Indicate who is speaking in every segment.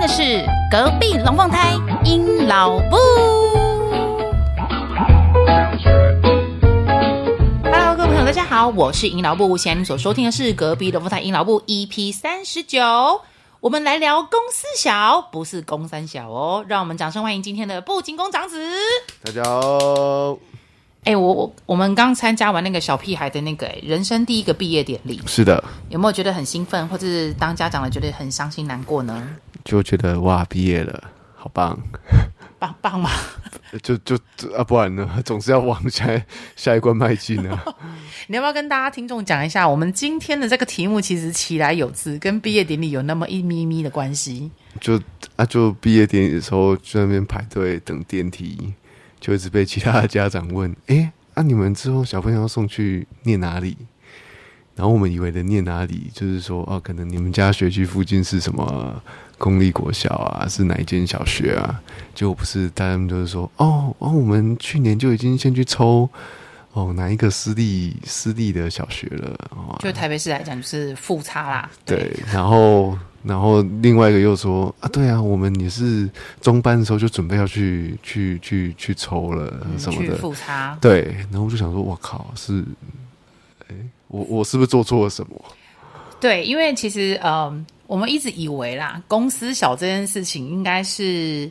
Speaker 1: 的是隔壁龙凤胎鹰老布。Hello，各位朋友，大家好，我是鹰老布。现在你所收听的是隔壁龙凤胎鹰老布 EP 三十九。我们来聊公司小，不是公三小哦。让我们掌声欢迎今天的布景工长子。
Speaker 2: 大家好，
Speaker 1: 哎、我我我们刚参加完那个小屁孩的那个、哎人生第一个毕业典礼，
Speaker 2: 是的，
Speaker 1: 有没有觉得很兴奋，或者是当家长的觉得很伤心难过呢？
Speaker 2: 就觉得哇，毕业了，好棒，
Speaker 1: 棒棒吗？
Speaker 2: 就就就啊，不然呢，总是要往下下一关迈进啊。
Speaker 1: 你要不要跟大家听众讲一下，我们今天的这个题目其实起来有字，跟毕业典礼有那么一咪咪的关系。
Speaker 2: 就啊，就毕业典礼的时候，就在那边排队等电梯，就一直被其他的家长问，诶，啊，你们之后小朋友要送去念哪里？然后我们以为的念哪里，就是说，哦、可能你们家学区附近是什么公立国小啊，是哪一间小学啊？结果不是，大家就是说，哦，哦，我们去年就已经先去抽，哦，哪一个私立私立的小学了，哦，
Speaker 1: 就台北市来讲，就是复差啦。
Speaker 2: 对，然后然后另外一个又说啊，对啊，我们也是中班的时候就准备要去去去去抽了什么
Speaker 1: 嗯去
Speaker 2: 的，
Speaker 1: 复差。
Speaker 2: 对，然后我就想说，我靠，是，哎，我我是不是做错了什么？
Speaker 1: 对，因为其实嗯，我们一直以为啦，公司小这件事情应该是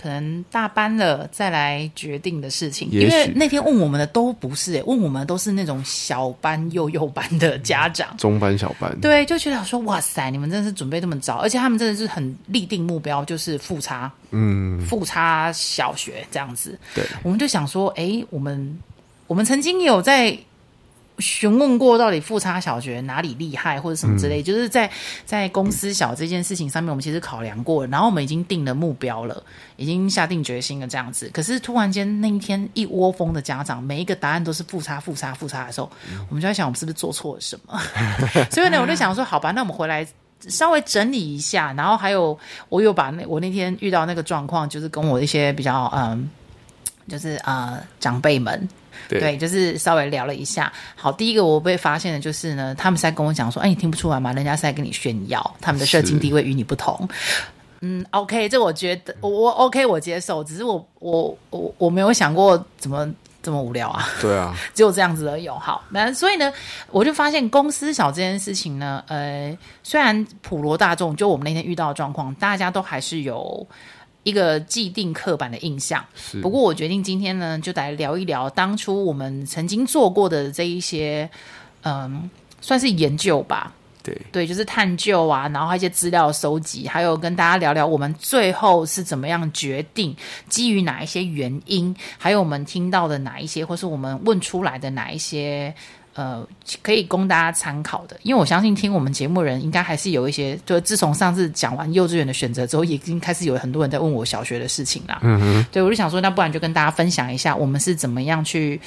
Speaker 1: 可能大班了再来决定的事情。
Speaker 2: 也
Speaker 1: 因为
Speaker 2: 许
Speaker 1: 那天问我们的都不是、欸，问我们的都是那种小班、幼幼班的家长。
Speaker 2: 中班小班，
Speaker 1: 对，就觉得说哇塞，你们真的是准备这么早，而且他们真的是很立定目标，就是复差，嗯，复差小学这样子。
Speaker 2: 对，
Speaker 1: 我们就想说，哎，我们我们曾经有在询问过，到底复差小学哪里厉害，或者什么之类，就是在在公司小这件事情上面，我们其实考量过，然后我们已经定了目标了，已经下定决心了这样子。可是突然间那一天一窝蜂的家长，每一个答案都是复差、复差、复差的时候，我们就在想，我们是不是做错了什么？所以呢，我就想说，好吧，那我们回来稍微整理一下，然后还有我有把那我那天遇到那个状况，就是跟我一些比较嗯，就是呃长辈们。
Speaker 2: 对
Speaker 1: 就是稍微聊了一下。好，第一个我被发现的就是呢，他们是在跟我讲说：“哎，你听不出来吗？人家是在跟你炫耀他们的社经
Speaker 2: 是
Speaker 1: 地位与你不同。”嗯，OK，这我觉得我我 OK，我接受。只是我我我我没有想过怎么这么无聊啊。
Speaker 2: 对 啊，
Speaker 1: 只有这样子而已哦。好，那所以呢，我就发现公司小这件事情呢，呃，虽然普罗大众就我们那天遇到的状况，大家都还是有一个既定刻板的印象。
Speaker 2: 是。
Speaker 1: 不过我决定今天呢，就来聊一聊当初我们曾经做过的这一些，嗯，算是研究吧。
Speaker 2: 对
Speaker 1: 对，就是探究啊，然后还有一些资料收集，还有跟大家聊聊我们最后是怎么样决定，基于哪一些原因，还有我们听到的哪一些，或是我们问出来的哪一些。呃，可以供大家参考的，因为我相信听我们节目的人应该还是有一些，就自从上次讲完幼稚园的选择之后，已经开始有很多人在问我小学的事情啦。嗯哼，对我就想说，那不然就跟大家分享一下，我们是怎么样去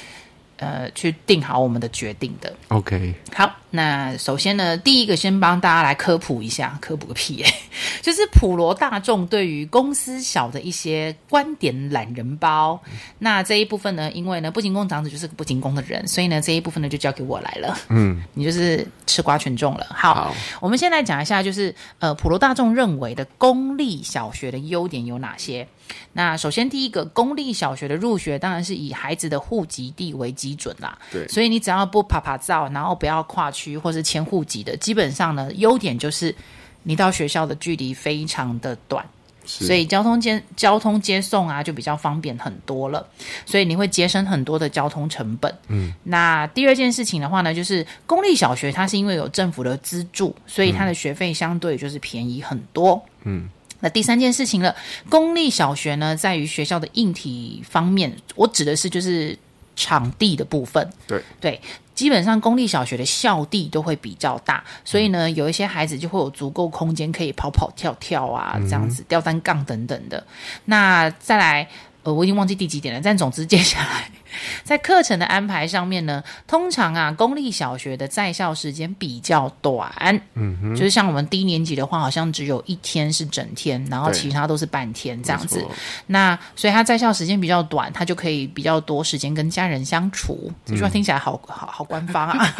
Speaker 1: 呃去定好我们的决定的。
Speaker 2: ，OK，
Speaker 1: 好，那首先呢，第一个先帮大家来科普一下，科普个屁耶、 就是普罗大众对于公司小的一些观点懒人包。那这一部分呢，因为呢，不仅工长子就是个不仅工的人，所以呢，这一部分呢就交给我来了。嗯，你就是吃瓜群众了。好，
Speaker 2: 好
Speaker 1: 我们先来讲一下，就是呃，普罗大众认为的公立小学的优点有哪些？那首先第一个，公立小学的入学当然是以孩子的户籍地为基准啦。
Speaker 2: 对
Speaker 1: 所以你只要不爬爬照，然后不要跨区或是迁户籍的，基本上呢，优点就是你到学校的距离非常的短。
Speaker 2: 是
Speaker 1: 所以交通接交通接送啊，就比较方便很多了，所以你会节省很多的交通成本。嗯，那第二件事情的话呢，就是公立小学它是因为有政府的资助，所以它的学费相对就是便宜很多。嗯。那第三件事情了，公立小学呢，在于学校的硬体方面，我指的是就是场地的部分。
Speaker 2: 对
Speaker 1: 对，基本上公立小学的校地都会比较大，所以
Speaker 2: 嗯
Speaker 1: 呢，有一些孩子就会有足够空间可以跑跑跳跳啊，
Speaker 2: 嗯
Speaker 1: 这样子吊单杠等等的。那再来，呃，我已经忘记第几点了，但总之接下来 在课程的安排上面呢，通常啊，公立小学的在校时间比较短，嗯哼，就是像我们低年级的话，好像只有一天是整天，然后
Speaker 2: 对
Speaker 1: 其他都是半天这样子
Speaker 2: 没错。
Speaker 1: 那所以他在校时间比较短，他就可以比较 多时间跟家人相处。这句话听起来好好好官方啊。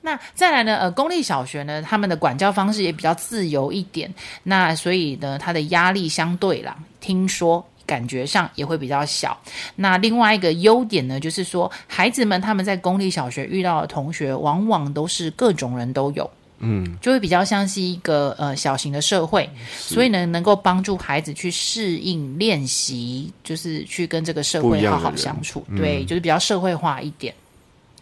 Speaker 1: 那再来呢，呃，公立小学呢，他们的管教方式也比较自由一点，那所以呢，他的压力相对啦，听说。感觉上也会比较小。那另外一个优点呢，就是说孩子们他们在公立小学遇到的同学，往往都是各种人都有，嗯，就会比较像是一个呃小型的社会，所以呢，能够帮助孩子去适应练习，就是去跟这个社
Speaker 2: 不
Speaker 1: 会
Speaker 2: 一样
Speaker 1: 好
Speaker 2: 的
Speaker 1: 好
Speaker 2: 人嗯
Speaker 1: 相处，对，就是比较社会化一点。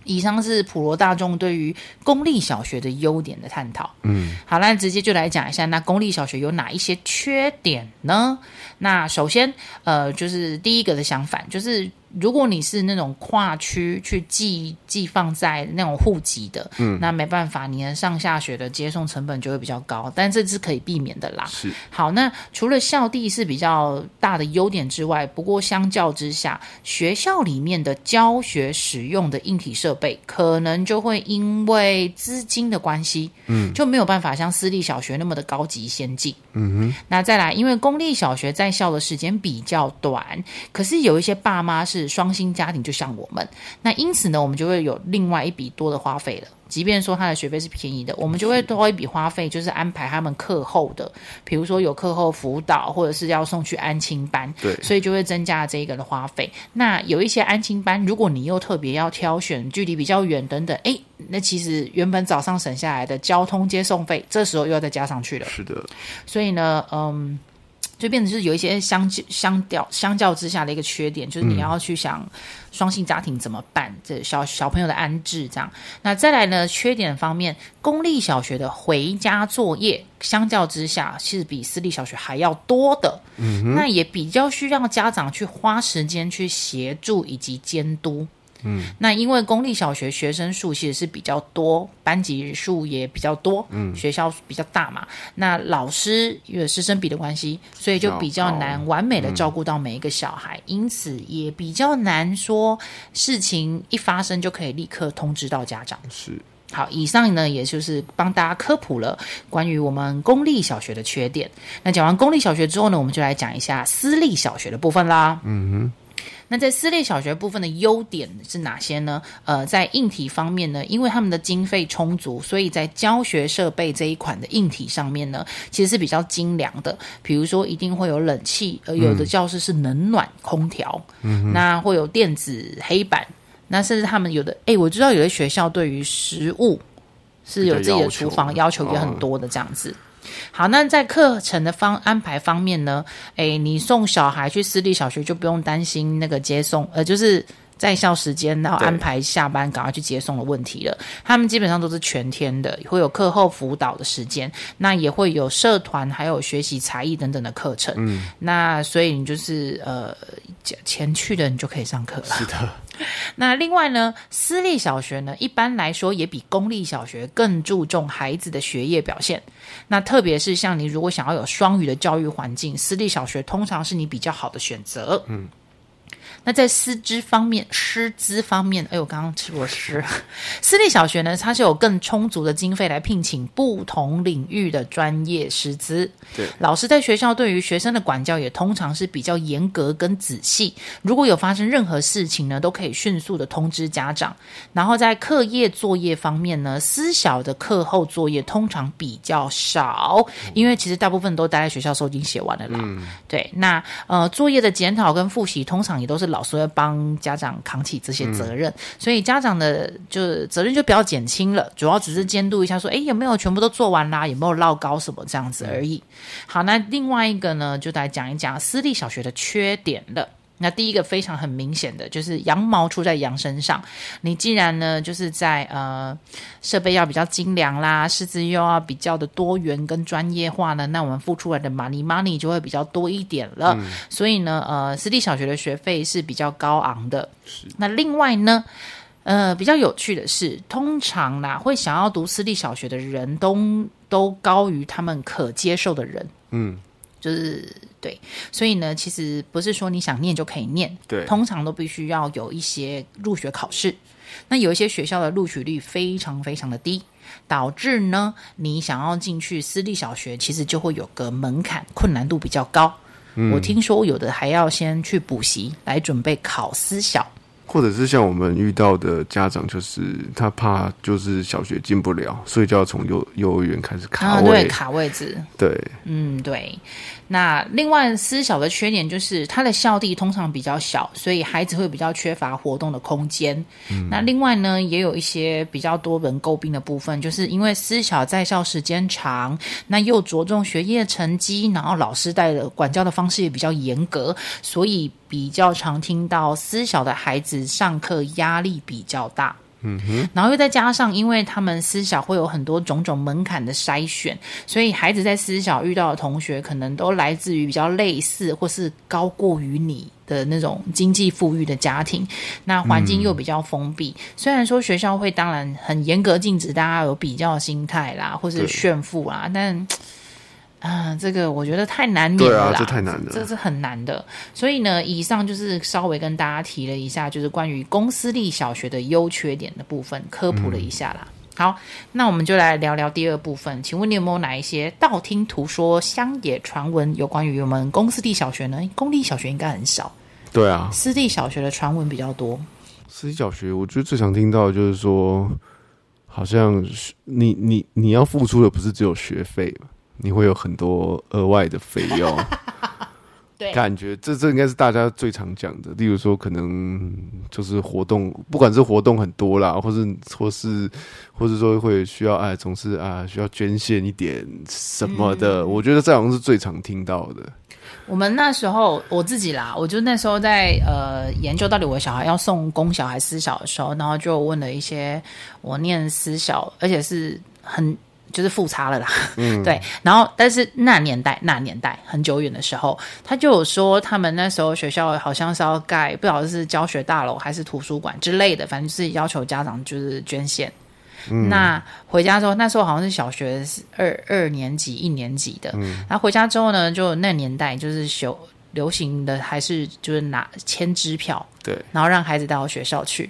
Speaker 1: 以上是普罗大众对于公立小学的优点的探讨。嗯，好，那直接就来讲一下，那公立小学有哪一些缺点呢？那首先，呃，就是第一个的相反，就是如果你是那种跨区去寄寄放在那种户籍的，嗯，那没办法，你的上下学的接送成本就会比较高，但这是可以避免的啦。
Speaker 2: 是
Speaker 1: 好，那除了校地是比较大的优点之外，不过相较之下，学校里面的教学使用的硬体设备，可能就会因为资金的关系，嗯，就没有办法像私立小学那么的高级先进。
Speaker 2: 嗯哼，
Speaker 1: 那再来，因为公立小学在校的时间比较短，可是有一些爸妈是双薪家庭，就像我们，那因此呢，我们就会有另外一笔多的花费了。即便说他的学费是便宜的，我们就会多一笔花费，就是安排他们课后的，比如说有课后辅导，或者是要送去安亲班，
Speaker 2: 对
Speaker 1: 所以就会增加这一个的花费。那有一些安亲班，如果你又特别要挑选距离比较远等等，诶，那其实原本早上省下来的交通接送费，这时候又要再加上去了。
Speaker 2: 是的，
Speaker 1: 所以呢，嗯，就变成是有一些相相较相较之下的一个缺点，就是你要去想双性家庭怎么办，这小小朋友的安置这样。那再来呢，缺点方面，公立小学的回家作业相较之下是比私立小学还要多的，嗯、那也比较需要家长去花时间去协助以及监督。嗯，那因为公立小学学生数其实是比较多，班级数也比较多，嗯，学校比较大嘛，那老师因为师生比的关系，所以就比较难完美的照顾到每一个小孩，因此也比较难说事情一发生就可以立刻通知到家长。
Speaker 2: 是
Speaker 1: 好，以上呢也就是帮大家科普了关于我们公立小学的缺点。那讲完公立小学之后呢，我们就来讲一下私立小学的部分啦。嗯哼。那在私立小学部分的优点是哪些呢？呃，在硬体方面呢，因为他们的经费充足，所以在教学设备这一款的硬体上面呢，其实是比较精良的。比如说，一定会有冷气，呃，有的教室是冷暖空调，嗯、那会有电子黑板，那甚至他们有的，哎，我知道有的学校对于食物是有自己的厨房
Speaker 2: 比较要
Speaker 1: 要
Speaker 2: 求
Speaker 1: 求也很多的这样子。好，那在课程的方安排方面呢？哎，你送小孩去私立小学就不用担心那个接送，呃，就是在校时间，然后
Speaker 2: 对
Speaker 1: 安排下班赶快去接送的问题了。他们基本上都是全天的，会有课后辅导的时间，那也会有社团，还有学习才艺等等的课程。嗯，那所以你就是呃，钱去的你就可以上课了。
Speaker 2: 是的，
Speaker 1: 那另外呢，私立小学呢，一般来说也比公立小学更注重孩子的学业表现。那特别是像你如果想要有双语的教育环境，私立小学通常是你比较好的选择。嗯。那在师资方面，师资方面，哎，我刚刚吃过师。 私立小学呢，它是有更充足的经费来聘请不同领域的专业师资。
Speaker 2: 对
Speaker 1: 老师在学校对于学生的管教也通常是比较严格跟仔细，如果有发生任何事情呢，都可以迅速的通知家长。然后在课业作业方面呢，私小的课后作业通常比较少，因为其实大部分都待在学校的时候已经写完了啦。对，那呃，作业的检讨跟复习通常也都是老师会帮家长扛起这些责任，所以家长的就责任就比较减轻了，主要只是监督一下说，诶有没有全部都做完啦，有没有落高什么这样子而已。好，那另外一个呢，就来讲一讲私立小学的缺点了。那第一个非常很明显的就是羊毛出在羊身上，你既然呢就是在呃设备要比较精良啦，师资又要比较的多元跟专业化呢，那我们付出来的 money money 就会比较多一点了。所以呢，呃，私立小学的学费是比较高昂的。那另外呢，呃，比较有趣的是，通常啦，会想要读私立小学的人都都高于他们可接受的人，
Speaker 2: 嗯，
Speaker 1: 就是对，所以呢，其实不是说你想念就可以念，
Speaker 2: 对
Speaker 1: 通常都必须要有一些入学考试。那有一些学校的录取率非常非常的低，导致呢，你想要进去私立小学，其实就会有个门槛，困难度比
Speaker 2: 嗯
Speaker 1: 较高。我听说有的还要先去补习来准备考私小，
Speaker 2: 或者是像我们遇到的家长，就是他怕就是小学进不了，所以就要从幼幼儿园开始卡
Speaker 1: 啊，
Speaker 2: 位。
Speaker 1: 对，卡位置，
Speaker 2: 对，
Speaker 1: 嗯，对。那另外私小的缺点就是它的校地通常比较小，所以孩子会比较缺乏活动的空间。那另外呢，也有一些比较多人诟病的部分，就是因为私小在校时间长，那又着重学业成绩，然后老师带的管教的方式也比较严格，所以比较常听到私小的孩子上课压力比较大。然后又再加上，因为他们私小会有很多种种门槛的筛选，所以孩子在私小遇到的同学，可能都来自于比较类似或是高过于你的那种经济富裕的家庭，那环境又比较封闭。虽然说学校会当然很严格禁止大家有比较心态啦，或是
Speaker 2: 对
Speaker 1: 炫富啊，但啊、这个我觉得太难免
Speaker 2: 对
Speaker 1: 了
Speaker 2: 啊
Speaker 1: 啦，
Speaker 2: 这太难了
Speaker 1: 这是很难的。所以呢，以上就是稍微跟大家提了一下，就是关于公私立小学的优缺点的部分，科普了一下啦。好，那我们就来聊聊第二部分。请问你有没有哪一些道听途说、乡野传闻有关于我们公私立小学呢？公立小学应该很少，
Speaker 2: 对啊，
Speaker 1: 私立小学的传闻比较多。
Speaker 2: 私立小学，我觉得最常听到的就是说，好像是你你你要付出的不是只有学费嘛，你会有很多额外的费用。
Speaker 1: 对
Speaker 2: 感觉这这应该是大家最常讲的，例如说可能就是活动，不管是活动很多啦，或是或是或是说会需要哎，总是啊需要捐献一点什么的，我觉得这好像是最常听到的。
Speaker 1: 我们那时候我自己啦，我就那时候在呃研究到底我小孩要送公小还是私小的时候，然后就问了一些我念私小，而且是很就是复差了啦， 对。然后但是那年代那年代很久远的时候，他就有说他们那时候学校好像是要盖，不晓得是教学大楼还是图书馆之类的，反正就是要求家长就是捐献。那回家之后，那时候好像是小学二二年级、一年级的。然后回家之后呢，就那年代就是流流行的还是就是拿签支票，
Speaker 2: 对，
Speaker 1: 然后让孩子带到学校去，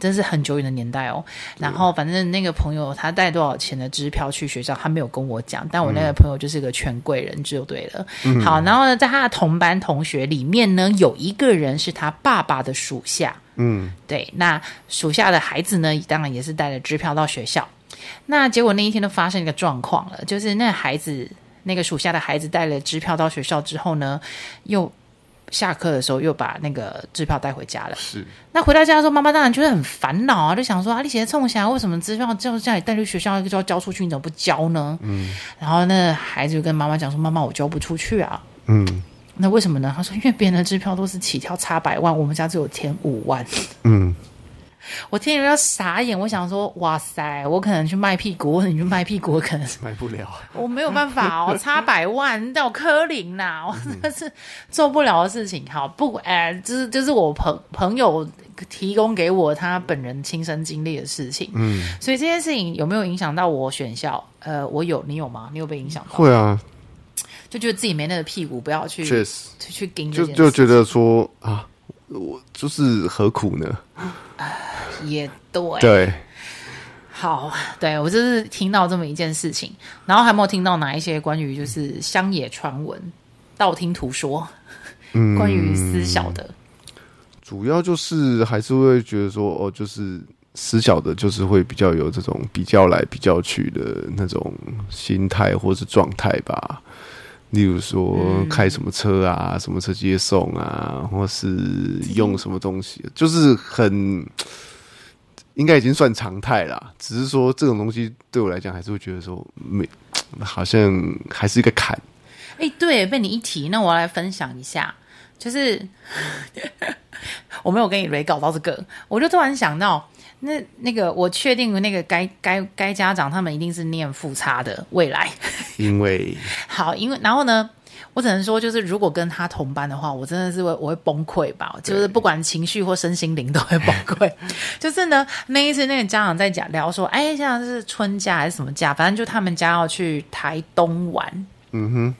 Speaker 1: 真是很久远的年代哦。然后反正那个朋友他带多少钱的支票去学校，他没有跟我讲，但我那个朋友就是个权贵人就对了。好，然后呢，在他的同班同学里面呢，有一个人是他爸爸的属下，
Speaker 2: 嗯，
Speaker 1: 对，那属下的孩子呢，当然也是带着支票到学校。那结果那一天都发生一个状况了，就是那孩子，那个属下的孩子带了支票到学校之后呢，又下课的时候又把那个支票带回家了。
Speaker 2: 是
Speaker 1: 那回到家的时候，妈妈当然觉得很烦恼啊，就想说啊，你写冲起来，为什么支票叫叫你带去学校，就要交出去，你怎么不交呢？嗯，然后那孩子就跟妈妈讲说，妈妈，我交不出去啊。
Speaker 2: 嗯
Speaker 1: 那为什么呢？他说，因为别人的支票都是起跳差百万，我们家只有填五万。
Speaker 2: 嗯，
Speaker 1: 我听人要傻眼，我想说，哇塞，我可能去卖屁股，或者你去卖屁股，我可能
Speaker 2: 买不了，
Speaker 1: 我没有办 法哦，差百万到科林啦，我
Speaker 2: 嗯
Speaker 1: 真的是做不了的事情。好，不管，哎，就是就是我朋朋友提供给我他本人亲身经历的事情，嗯，所以这件事情有没有影响到我选校？呃，我有，你有吗？你有被影响到？
Speaker 2: 会啊，
Speaker 1: 就觉得自己没那个屁股，不要去去
Speaker 2: 确实，
Speaker 1: 去盯这
Speaker 2: 就
Speaker 1: 件
Speaker 2: 就
Speaker 1: 事，
Speaker 2: 觉得说啊，我就是何苦呢？
Speaker 1: 也对。
Speaker 2: 对，
Speaker 1: 好，对我就是听到这么一件事情，然后还没有听到哪一些关于就是乡野传闻、道听途说，
Speaker 2: 嗯
Speaker 1: 关于私小的。
Speaker 2: 主要就是还是会觉得说，哦，就是死小的，就是会比较有这种比较来比较去的那种心态或是状态吧。例如说开什么车啊，什么车接送啊，或是用什么东西，就是很应该已经算常态啦。只是说这种东西对我来讲，还是会觉得说没，好像还是一个坎。
Speaker 1: 哎、对，被你一提，那我要来分享一下，就是 我没有跟你 re 搞到这个，我就突然想到，那那个我确定那个该该该家长他们一定是念复差的未来。
Speaker 2: 因为
Speaker 1: 好，因为然后呢，我只能说，就是如果跟他同班的话，我真的是会我会崩溃吧，就是不管情绪或身心灵都会崩溃。 就是呢，那一次那个家长在讲聊说，哎，现在是春假还是什么假，反正就他们家要去台东玩。嗯哼。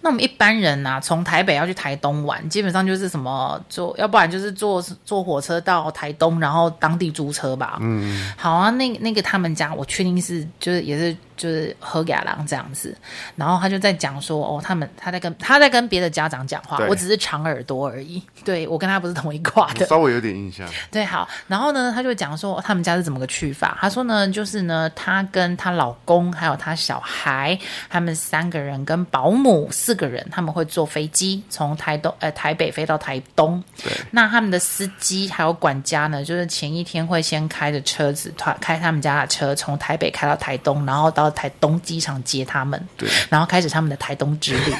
Speaker 1: 那我们一般人呐、啊，从台北要去台东玩，基本上就是什么坐，要不然就是坐坐火车到台东，然后当地租车吧。嗯，好啊，那那个他们家，我确定是就是也是就是何亚郎这样子，然后他就在讲说，哦，他们他在跟他在跟别的家长讲话
Speaker 2: 对，
Speaker 1: 我只是长耳朵而已，对我跟他不是同一挂的，
Speaker 2: 稍微有点印象。
Speaker 1: 对，好，然后呢，她就讲说、哦他们家是怎么个去法。她说呢，就是呢，她跟她老公还有她小孩，他们三个人跟保姆四个人，他们会坐飞机从台东呃台北飞到台东。
Speaker 2: 对，
Speaker 1: 那他们的司机还有管家呢，就是前一天会先开着车子，他开他们家的车从台北开到台东，然后到台东机场接他们，
Speaker 2: 对，
Speaker 1: 然后开始他们的台东之 旅。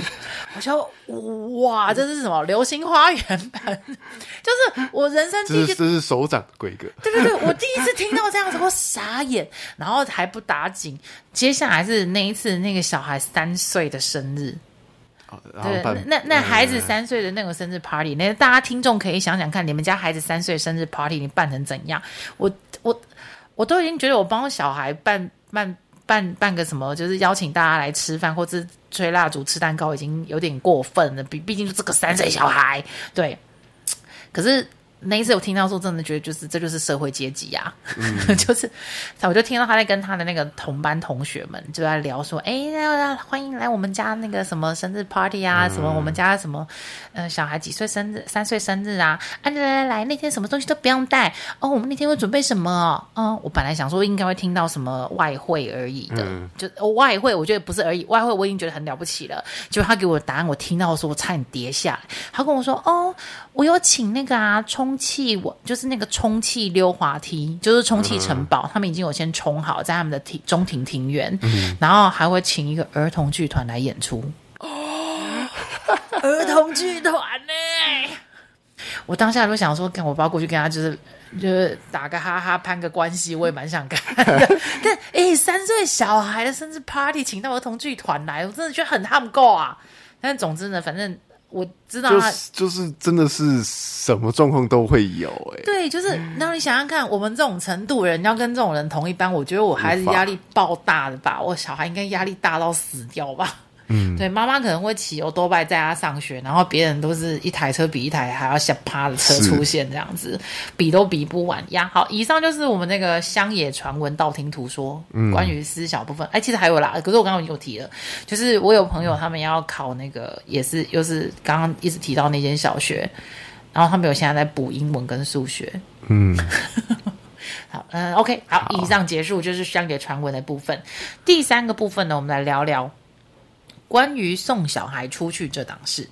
Speaker 1: 我就哇，这是什么流星花园版？ 就是我人生第
Speaker 2: 这
Speaker 1: 一
Speaker 2: 是
Speaker 1: 次
Speaker 2: 这是首长的规格，
Speaker 1: 对对对，我第一次听到这样子，我傻眼，然后还不打紧。接下来是那一次那个小孩三岁的生日，
Speaker 2: 哦然后
Speaker 1: 对，
Speaker 2: 办
Speaker 1: 那那那孩子
Speaker 2: 嗯
Speaker 1: 三岁的那个生日 party，那大家听众可以想想看，你们家孩子三岁生日 party 你办成怎样？我我我都已经觉得我帮小孩办办办办个什么，就是邀请大家来吃饭，或是吹蜡烛、吃蛋糕，已经有点过分了。毕毕竟这个三岁小孩，对。可是那一次我听到说，真的觉得就是这就是社会阶级啊， 就是我就听到他在跟他的那个同班同学们就在聊说，哎、那那欢迎来我们家那个什么生日 party 啊，什么我们家什么呃小孩几岁生日，三岁生日啊，啊来来来，那天什么东西都不用带哦，我们那天会准备什么哦？嗯，我本来想说应该会听到什么外汇而已的，
Speaker 2: 嗯
Speaker 1: 就、哦外汇，我觉得不是而已，外汇我已经觉得很了不起了。结果他给我的答案，我听到的时候我差点跌下来。他跟我说：“哦，我有请那个啊，充气，我就是那个充气溜滑梯，就是充气城堡，他们已经有先充好在他们的庭中庭庭园，然后还会请一个儿童剧团来演出。哦，儿童剧团呢、 我当下就想说，看我爸过去跟他就是就是打个哈哈，攀个关系，我也蛮想看 的。但哎、三岁小孩的生日 party 请到儿童剧团来，我真的觉得很他们够啊。但总之呢，反正我知道
Speaker 2: 就
Speaker 1: 他。
Speaker 2: 是就是真的是什么状况都会有哎、
Speaker 1: 对，就是那你想想看，我们这种程度人要跟这种人同一班，我觉得我还是压力爆大的吧，我小孩应该压力大到死掉吧。嗯，对，妈妈可能会骑欧多拜载他上学，然后别人都是一台车比一台还要下趴的车
Speaker 2: 是
Speaker 1: 出现，这样子比都比不完呀。好，以上就是我们那个乡野传闻道听途说、关于私小部分。哎，其实还有啦，可是我刚刚有提了，就是我有朋友他们要考那个，也是又是刚刚一直提到那间小学，然后他们有现在在补英文跟数学。
Speaker 2: 嗯，
Speaker 1: 好，嗯，OK，好，以上结束就是乡野传闻的部分。第三个部分呢，我们来聊聊关于送小孩出去这档事。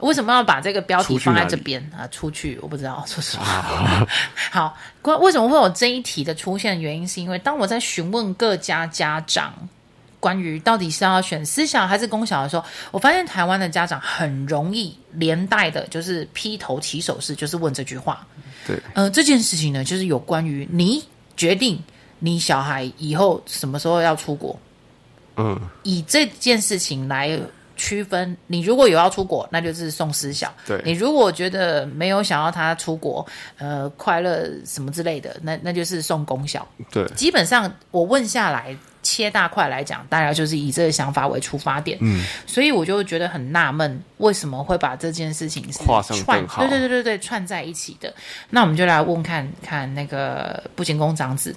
Speaker 1: 为什么要把这个标题
Speaker 2: 出去
Speaker 1: 放在
Speaker 2: 哪里啊
Speaker 1: 这边啊？出去，我不知道，说实话。 好，关为什么会有这一题的出现？原因是因为当我在询问各家家长关于到底是要选私小还是公小的时候，我发现台湾的家长很容易连带的就是劈头起手式，就是问这句话。
Speaker 2: 对，
Speaker 1: 呃，这件事情呢，就是有关于你决定你小孩以后什么时候要出国，
Speaker 2: 嗯，
Speaker 1: 以这件事情来区分。你如果有要出国，那就是送私小；
Speaker 2: 对
Speaker 1: 你如果觉得没有想要他出国，呃，快乐什么之类的，那那就是送公小。
Speaker 2: 对，
Speaker 1: 基本上我问下来，切大块来讲，大家就是以这个想法为出发点，
Speaker 2: 嗯，
Speaker 1: 所以我就觉得很纳闷，为什么会把这件事情是
Speaker 2: 画上
Speaker 1: 串，
Speaker 2: 等号
Speaker 1: 对对对对对，串在一起的。那我们就来问看看那个不行宫长子，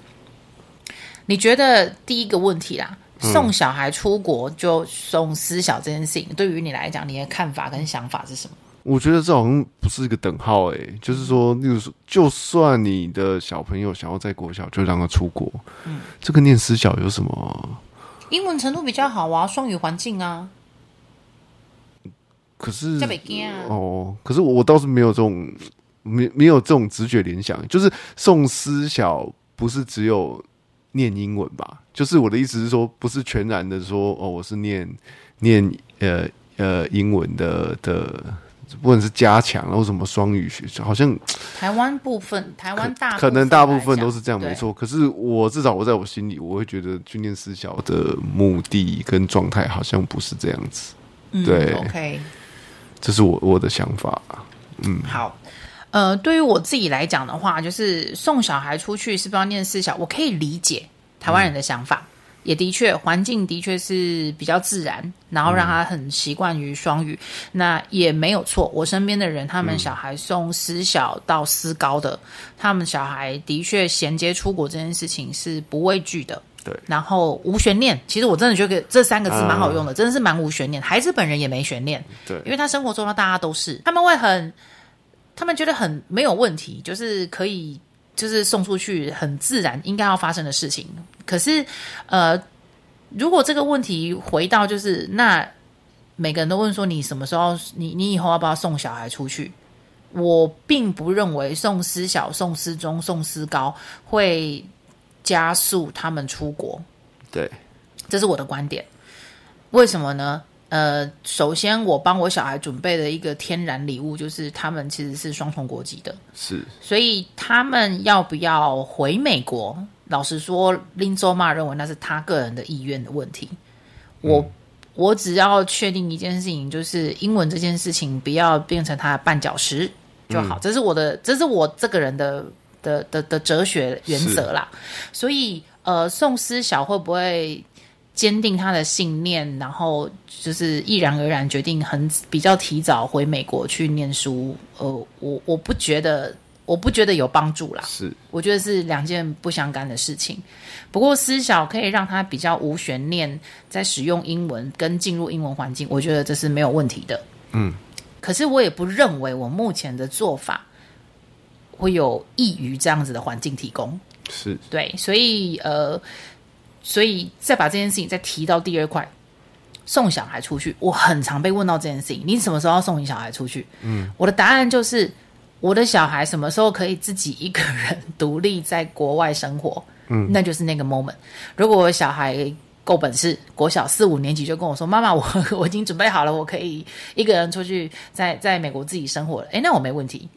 Speaker 1: 你觉得第一个问题啦，
Speaker 2: 嗯
Speaker 1: 送小孩出国就送私小这件事情，对于你来讲，你的看法跟想法是什么？
Speaker 2: 我觉得这好像不是一个等号诶、就是说，例如说，就算你的小朋友想要在国小就让他出国，嗯，这个念私小有什么？
Speaker 1: 英文程度比较好啊，双语环境啊，
Speaker 2: 可是
Speaker 1: 在北京啊。
Speaker 2: 哦，可是我倒是没有这种没没有这种直觉联想，就是送私小不是只有念英文吧？就是我的意思是说，不是全然的说哦，我是念念呃呃英文的的，不管是加强然后什么双语学校，好像
Speaker 1: 台湾部分，台湾大部
Speaker 2: 可
Speaker 1: 分
Speaker 2: 能大部
Speaker 1: 来
Speaker 2: 分
Speaker 1: 讲
Speaker 2: 都是这样，没
Speaker 1: 对
Speaker 2: 错。可是我至少我在我心里，我会觉得去念私小的目的跟状态好像不是这样子，
Speaker 1: 嗯
Speaker 2: 对
Speaker 1: ，OK，
Speaker 2: 这是我我的想法。啊
Speaker 1: 好。呃，对于我自己来讲的话，就是送小孩出去是不是要念私小，我可以理解台湾人的想法，也的确，环境的确是比较自然，然后让他很习惯于双语，那也没有错。我身边的人，他们小孩送私小到私高的，他们小孩的确衔接出国这件事情是不畏惧的。
Speaker 2: 对
Speaker 1: 然后无悬念，其实我真的觉得这三个字蛮好用的，真的是蛮无悬念。孩子本人也没悬念，因
Speaker 2: 对，
Speaker 1: 为他生活中的大家都是，他们会很，他们觉得很没有问题，就是可以，就是送出去很自然应该要发生的事情。可是，呃，如果这个问题回到就是那每个人都问说你什么时候，你你以后要不要送小孩出去？我并不认为送私小、送私中、送私高会加速他们出国。
Speaker 2: 对，
Speaker 1: 这是我的观点。为什么呢？呃，首先我帮我小孩准备的一个天然礼物，就是他们其实是双重国籍的，
Speaker 2: 是，
Speaker 1: 所以他们要不要回美国，老实说，林州妈认为那是他个人的意愿的问题。我、我只要确定一件事情，就是英文这件事情不要变成他的绊脚石就好。这是我的，这是我这个人的的的的哲学原则啦。所以呃，宋思晓会不会？坚定他的信念，然后就是毅然而然决定很比较提早回美国去念书。呃，我我不觉得，我不觉得有帮助啦。
Speaker 2: 是，
Speaker 1: 我觉得是两件不相干的事情。不过思小可以让他比较无悬念，在使用英文跟进入英文环境，我觉得这是没有问题的。
Speaker 2: 嗯，
Speaker 1: 可是我也不认为我目前的做法会有益于这样子的环境提供。
Speaker 2: 是，
Speaker 1: 对，所以呃，所以再把这件事情再提到第二块，送小孩出去，我很常被问到这件事情，你什么时候要送你小孩出去？嗯，我的答案就是，我的小孩什么时候可以自己一个人 独立在国外生活，嗯，那就是那个 moment。如果我小孩。够本事，国小四五年级就跟我说：“妈妈，我 我已经准备好了，我可以一个人出去在在美国自己生活了。”诶，那我没问题。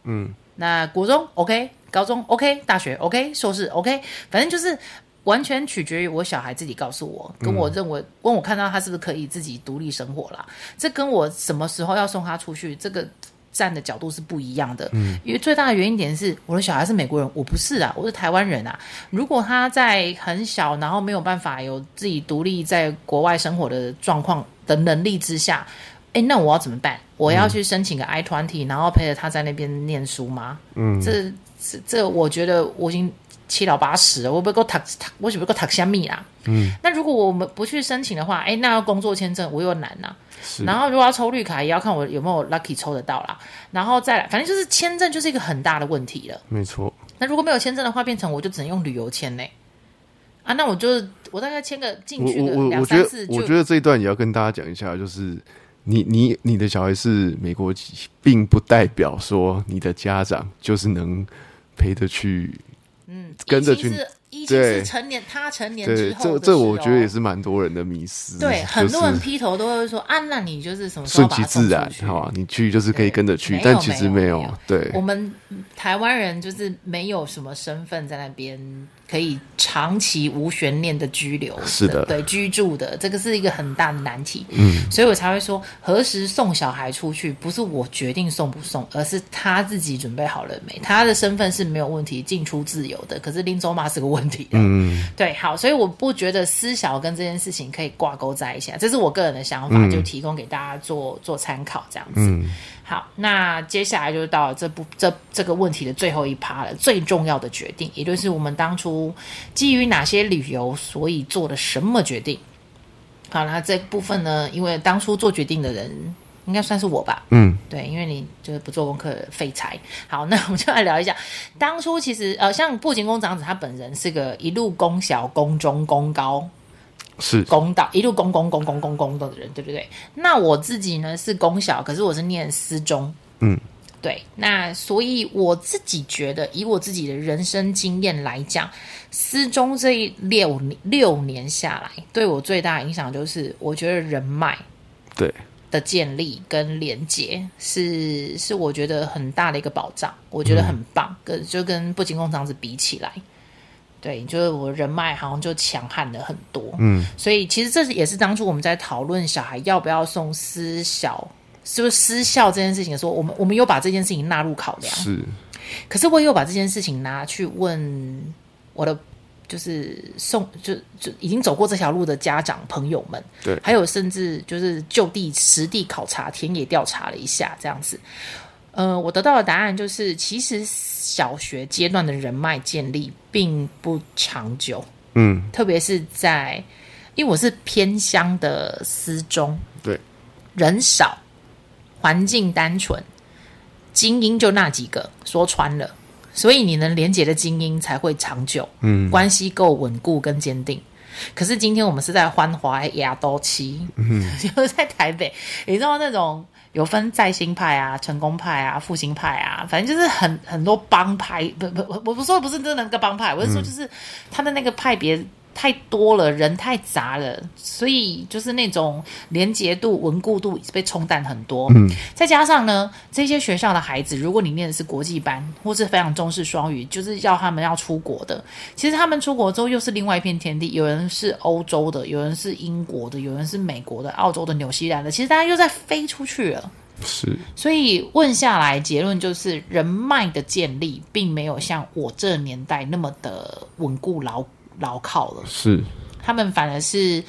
Speaker 1: 那国中 OK，高中 OK，大学 OK，硕士 OK，反正就是完全取决于我小孩自己告诉我，跟我认为，问我看到他是不是可以自己独立生活啦。这跟我什么时候要送他出去，这个。站的角度是不一样的，嗯，因为最大的原因点是我的小孩是美国人，我不是啊，我是台湾人啊。如果他在很小，然后没有办法有自己独立在国外生活的状况的能力之下，哎，那我要怎么办？我
Speaker 2: 嗯
Speaker 1: 要去申请个 I 团体，然后陪着他在那边念书吗？嗯，这这这，我觉得我已经七老八十了，我不够塔塔，我只不够塔虾米啦。嗯，那如果我们不去申请的话，哎，那要工作签证我又难啦、
Speaker 2: 是
Speaker 1: 然后如果要抽绿卡，也要看我有没有 lucky 抽得到啦。然后再来，反正就是签证就是一个很大的问题了。
Speaker 2: 没错，
Speaker 1: 那如果没有签证的话，变成我就只能用旅游签嘞。啊，那我就我大概签个进
Speaker 2: 我
Speaker 1: 去
Speaker 2: 我
Speaker 1: 个
Speaker 2: 我
Speaker 1: 两
Speaker 2: 我觉
Speaker 1: 三
Speaker 2: 得
Speaker 1: 次就
Speaker 2: 我觉得这一段也要跟大家讲一下，就是你你你的小孩是美国籍，并不代表说你的家长就是能陪得去。跟着去
Speaker 1: 一定嗯是一定是
Speaker 2: 对
Speaker 1: 成年他成年
Speaker 2: 对
Speaker 1: 之，后
Speaker 2: 这
Speaker 1: 的
Speaker 2: 这
Speaker 1: 事
Speaker 2: 我
Speaker 1: 哦
Speaker 2: 觉得也是蛮多人的迷思。
Speaker 1: 对，
Speaker 2: 就是
Speaker 1: 很多人劈头都会说啊，那你就是什么时候
Speaker 2: 顺
Speaker 1: 把
Speaker 2: 其
Speaker 1: 它送
Speaker 2: 自然
Speaker 1: 出，去
Speaker 2: 好吧，你去就是可以跟着去
Speaker 1: 对，
Speaker 2: 但
Speaker 1: 没有
Speaker 2: 其实
Speaker 1: 没有
Speaker 2: 有
Speaker 1: 没有，
Speaker 2: 对
Speaker 1: 我们台湾人就是没有什么身份在那边可以长期无悬念的居留，
Speaker 2: 是的
Speaker 1: 对居住的，这个是一个很大的难题。嗯，所以我才会说，何时送小孩出去，不是我决定送不送，而是他自己准备好了没。他的身份是没有问题，进出自由的。可是林州妈是个问题的。
Speaker 2: 嗯，
Speaker 1: 对，好，所以我不觉得私小跟这件事情可以挂钩在一起，啊，这是我个人的想
Speaker 2: 嗯
Speaker 1: 法，就提供给大家做做参考这样子。好，那接下来就到了这部这这个问题的最后一趴了，最重要的决定，也就是我们当初基于哪些理由，所以做了什么决定。好，那这部分呢，因为当初做决定的人应该算是我吧，
Speaker 2: 嗯，
Speaker 1: 对，因为你就是不做功课废柴。好， 那我们就来聊一下，当初其实呃，像布景公长子他本人是个一路攻小、攻中、攻高、
Speaker 2: 是
Speaker 1: 攻到一路攻攻攻攻攻攻的人，对不对？那我自己呢是攻小，可是我是念私中，
Speaker 2: 嗯，
Speaker 1: 对。那所以我自己觉得，以我自己的人生经验来讲，私中这一六年六年下来，对我最大的影响就是，我觉得人脉，
Speaker 2: 对，
Speaker 1: 的建立跟连接是是我觉得很大的一个保障，我觉得很棒，跟就跟不仅工厂子比起来，对，就是我人脉好像就强悍了很多，嗯，所以其实这也是当初我们在讨论小孩要不要送私小，就是私校这件事情的时候，我们我们有把这件事情纳入考量，
Speaker 2: 是
Speaker 1: 可是我也有把这件事情拿去问我的就是送就就已经走过这条路的家长朋友们，
Speaker 2: 对
Speaker 1: 还有甚至就是就地实地考察、田野调查了一下，这样子。呃，我得到的答案就是，其实小学阶段的人脉建立并不长久，
Speaker 2: 嗯，
Speaker 1: 特别是在，因为我是偏乡的私中，
Speaker 2: 对，
Speaker 1: 人少，环境单纯，精英就那几个，说穿了，所以你能连接的精英才会长久，
Speaker 2: 嗯，
Speaker 1: 关系够稳固跟坚定。可是今天我们是在欢华亚都期，嗯， 就是在台北，你知道那种有分在兴派啊、成功派啊、复兴派啊，反正就是很很多帮派。不不，我我不说的不是真的那个帮派，我是说就是他的那个派别太多了，人太杂了，所以就是那种连结度、稳固度被冲淡很多。嗯，再加上呢，这些学校的孩子，如果你念的是国际班，或是非常重视双语，就是要他们要出国的。其实他们出国之后又是另外一片天地，有人是欧洲的，有人是英国的，有人是美国的、澳洲的、纽西兰的，其实大家又在飞出去了。
Speaker 2: 是，
Speaker 1: 所以问下来，结论就是人脉的建立，并没有像我这年代那么的稳固牢牢靠了。
Speaker 2: 是，
Speaker 1: 他们反而是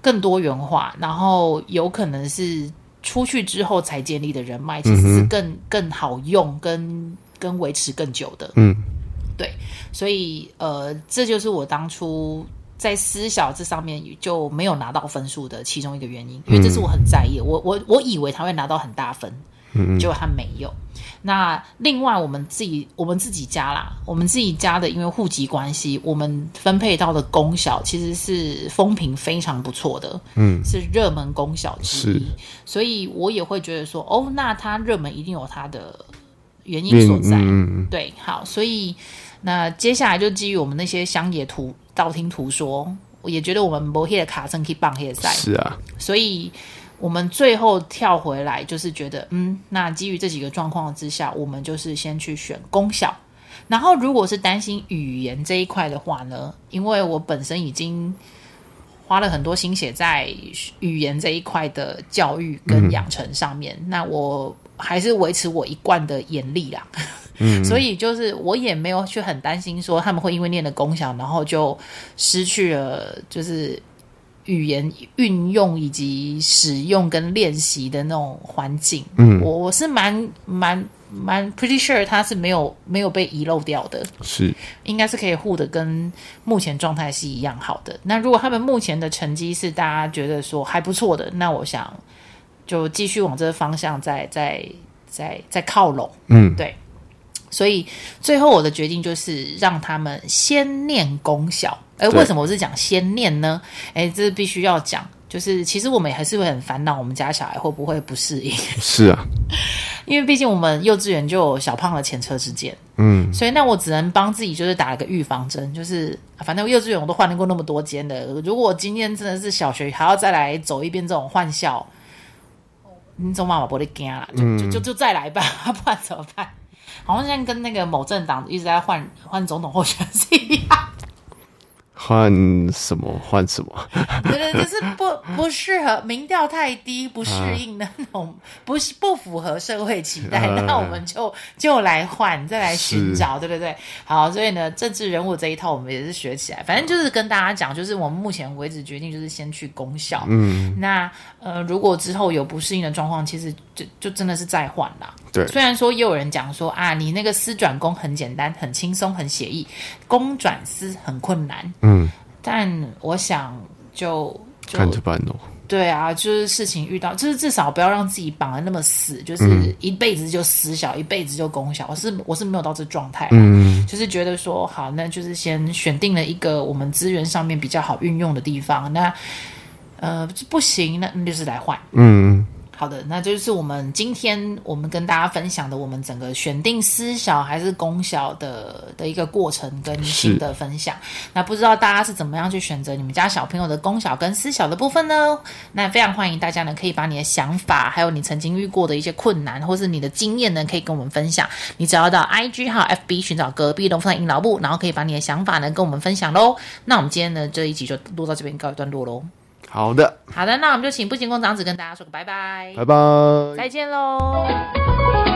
Speaker 1: 更多元化，然后有可能是出去之后才建立的人脉，其实是更、更好用、跟跟维持更久的。
Speaker 2: 嗯，
Speaker 1: 对，所以呃，这就是我当初。在私小这上面就没有拿到分数的其中一个原因，因为这是我很在意的，我我我以为他会拿到很大分，
Speaker 2: 嗯
Speaker 1: 结果他没有。那另外我们自己我们自己家啦，我们自己家的因为户籍关系，我们分配到的公校其实是风评非常不错的，
Speaker 2: 嗯，
Speaker 1: 是热门公校之
Speaker 2: 是
Speaker 1: 一，所以我也会觉得说，哦，那它热门一定有它的原因
Speaker 2: 练，
Speaker 1: 所
Speaker 2: 嗯
Speaker 1: 在，
Speaker 2: 嗯，嗯
Speaker 1: 对，好，所以那接下来就基于我们那些乡野图道听途说，我也觉得我们摩黑的卡森可以棒黑的赛，
Speaker 2: 是啊，
Speaker 1: 所以我们最后跳回来，就是觉得，嗯，那基于这几个状况之下，我们就是先去选功效。然后，如果是担心语言这一块的话呢，因为我本身已经花了很多心血在语言这一块的教育跟养成上面，那我还是维持我一贯的严厉啦。所以就是我也没有去很担心说他们会因为念了功效，然后就失去了就是语言运用以及使用跟练习的那种环境。嗯，我我是蛮蛮蛮 pretty sure 它是没有没有被遗漏掉的。
Speaker 2: 是，
Speaker 1: 应该是可以护的跟目前状态是一样好的。那如果他们目前的成绩是大家觉得说还不错的，那我想就继续往这个方向再再再再靠拢。
Speaker 2: 嗯，
Speaker 1: 对。所以最后我的决定就是让他们先念功效。哎，
Speaker 2: 对
Speaker 1: 为什么我是讲先念呢？哎，这必须要讲。就是其实我们也还是会很烦恼，我们家小孩会不会不适应？
Speaker 2: 是啊，
Speaker 1: 因为毕竟我们幼稚园就有小胖的前车之鉴。
Speaker 2: 嗯，
Speaker 1: 所以那我只能帮自己就是打了个预防针，就是啊反正幼稚园我都换过那么多间了，如果我今天真的是小学还要再来走一遍这种换校，你总妈妈不会惊啦，就就就就再来吧， 不然怎么办？好像像跟那个某政党一直在换换总统候选人是一样，
Speaker 2: 换什么换什么，
Speaker 1: 对对，就是不不适合，民调太低，不适应的那种，不是不符合社会期待，
Speaker 2: 啊
Speaker 1: 那我们就就来换，再来寻
Speaker 2: 是
Speaker 1: 找，对不对？好，所以呢，政治人物这一套我们也是学起来，反正就是跟大家讲，就是我们目前为止决定就是先去功效，嗯，那呃，如果之后有不适应的状况，其实就就真的是再换啦。
Speaker 2: 对
Speaker 1: 虽然说也有人讲说啊，你那个私转工很简单，很轻松，很写意，公转私很困难，
Speaker 2: 嗯，
Speaker 1: 但我想就就
Speaker 2: 看着办哦，
Speaker 1: 对啊，就是事情遇到，就是至少不要让自己绑得那么死，
Speaker 2: 嗯
Speaker 1: 就是一辈子就死小，一辈子就拱小。我是我是没有到这状态啦，
Speaker 2: 嗯，
Speaker 1: 就是觉得说好，那就是先选定了一个我们资源上面比较好运用的地方。那呃不行，那那就是来换。
Speaker 2: 嗯，
Speaker 1: 好的，那就是我们今天我们跟大家分享的，我们整个选定私小还是公小的的一个过程跟新的分享。那不知道大家是怎么样去选择你们家小朋友的公小跟私小的部分呢？那非常欢迎大家呢，可以把你的想法，还有你曾经遇过的一些困难，或是你的经验呢，可以跟我们分享。你只要到 IG 还有 FB 寻找隔壁龙凤的引导部，然后可以把你的想法呢跟我们分享喽。那我们今天呢这一集就录到这边告一段落喽。
Speaker 2: 好的，
Speaker 1: 好的，那我们就请不行工长子跟大家说个拜拜。
Speaker 2: 拜拜。
Speaker 1: 再见喽。
Speaker 3: Thank you.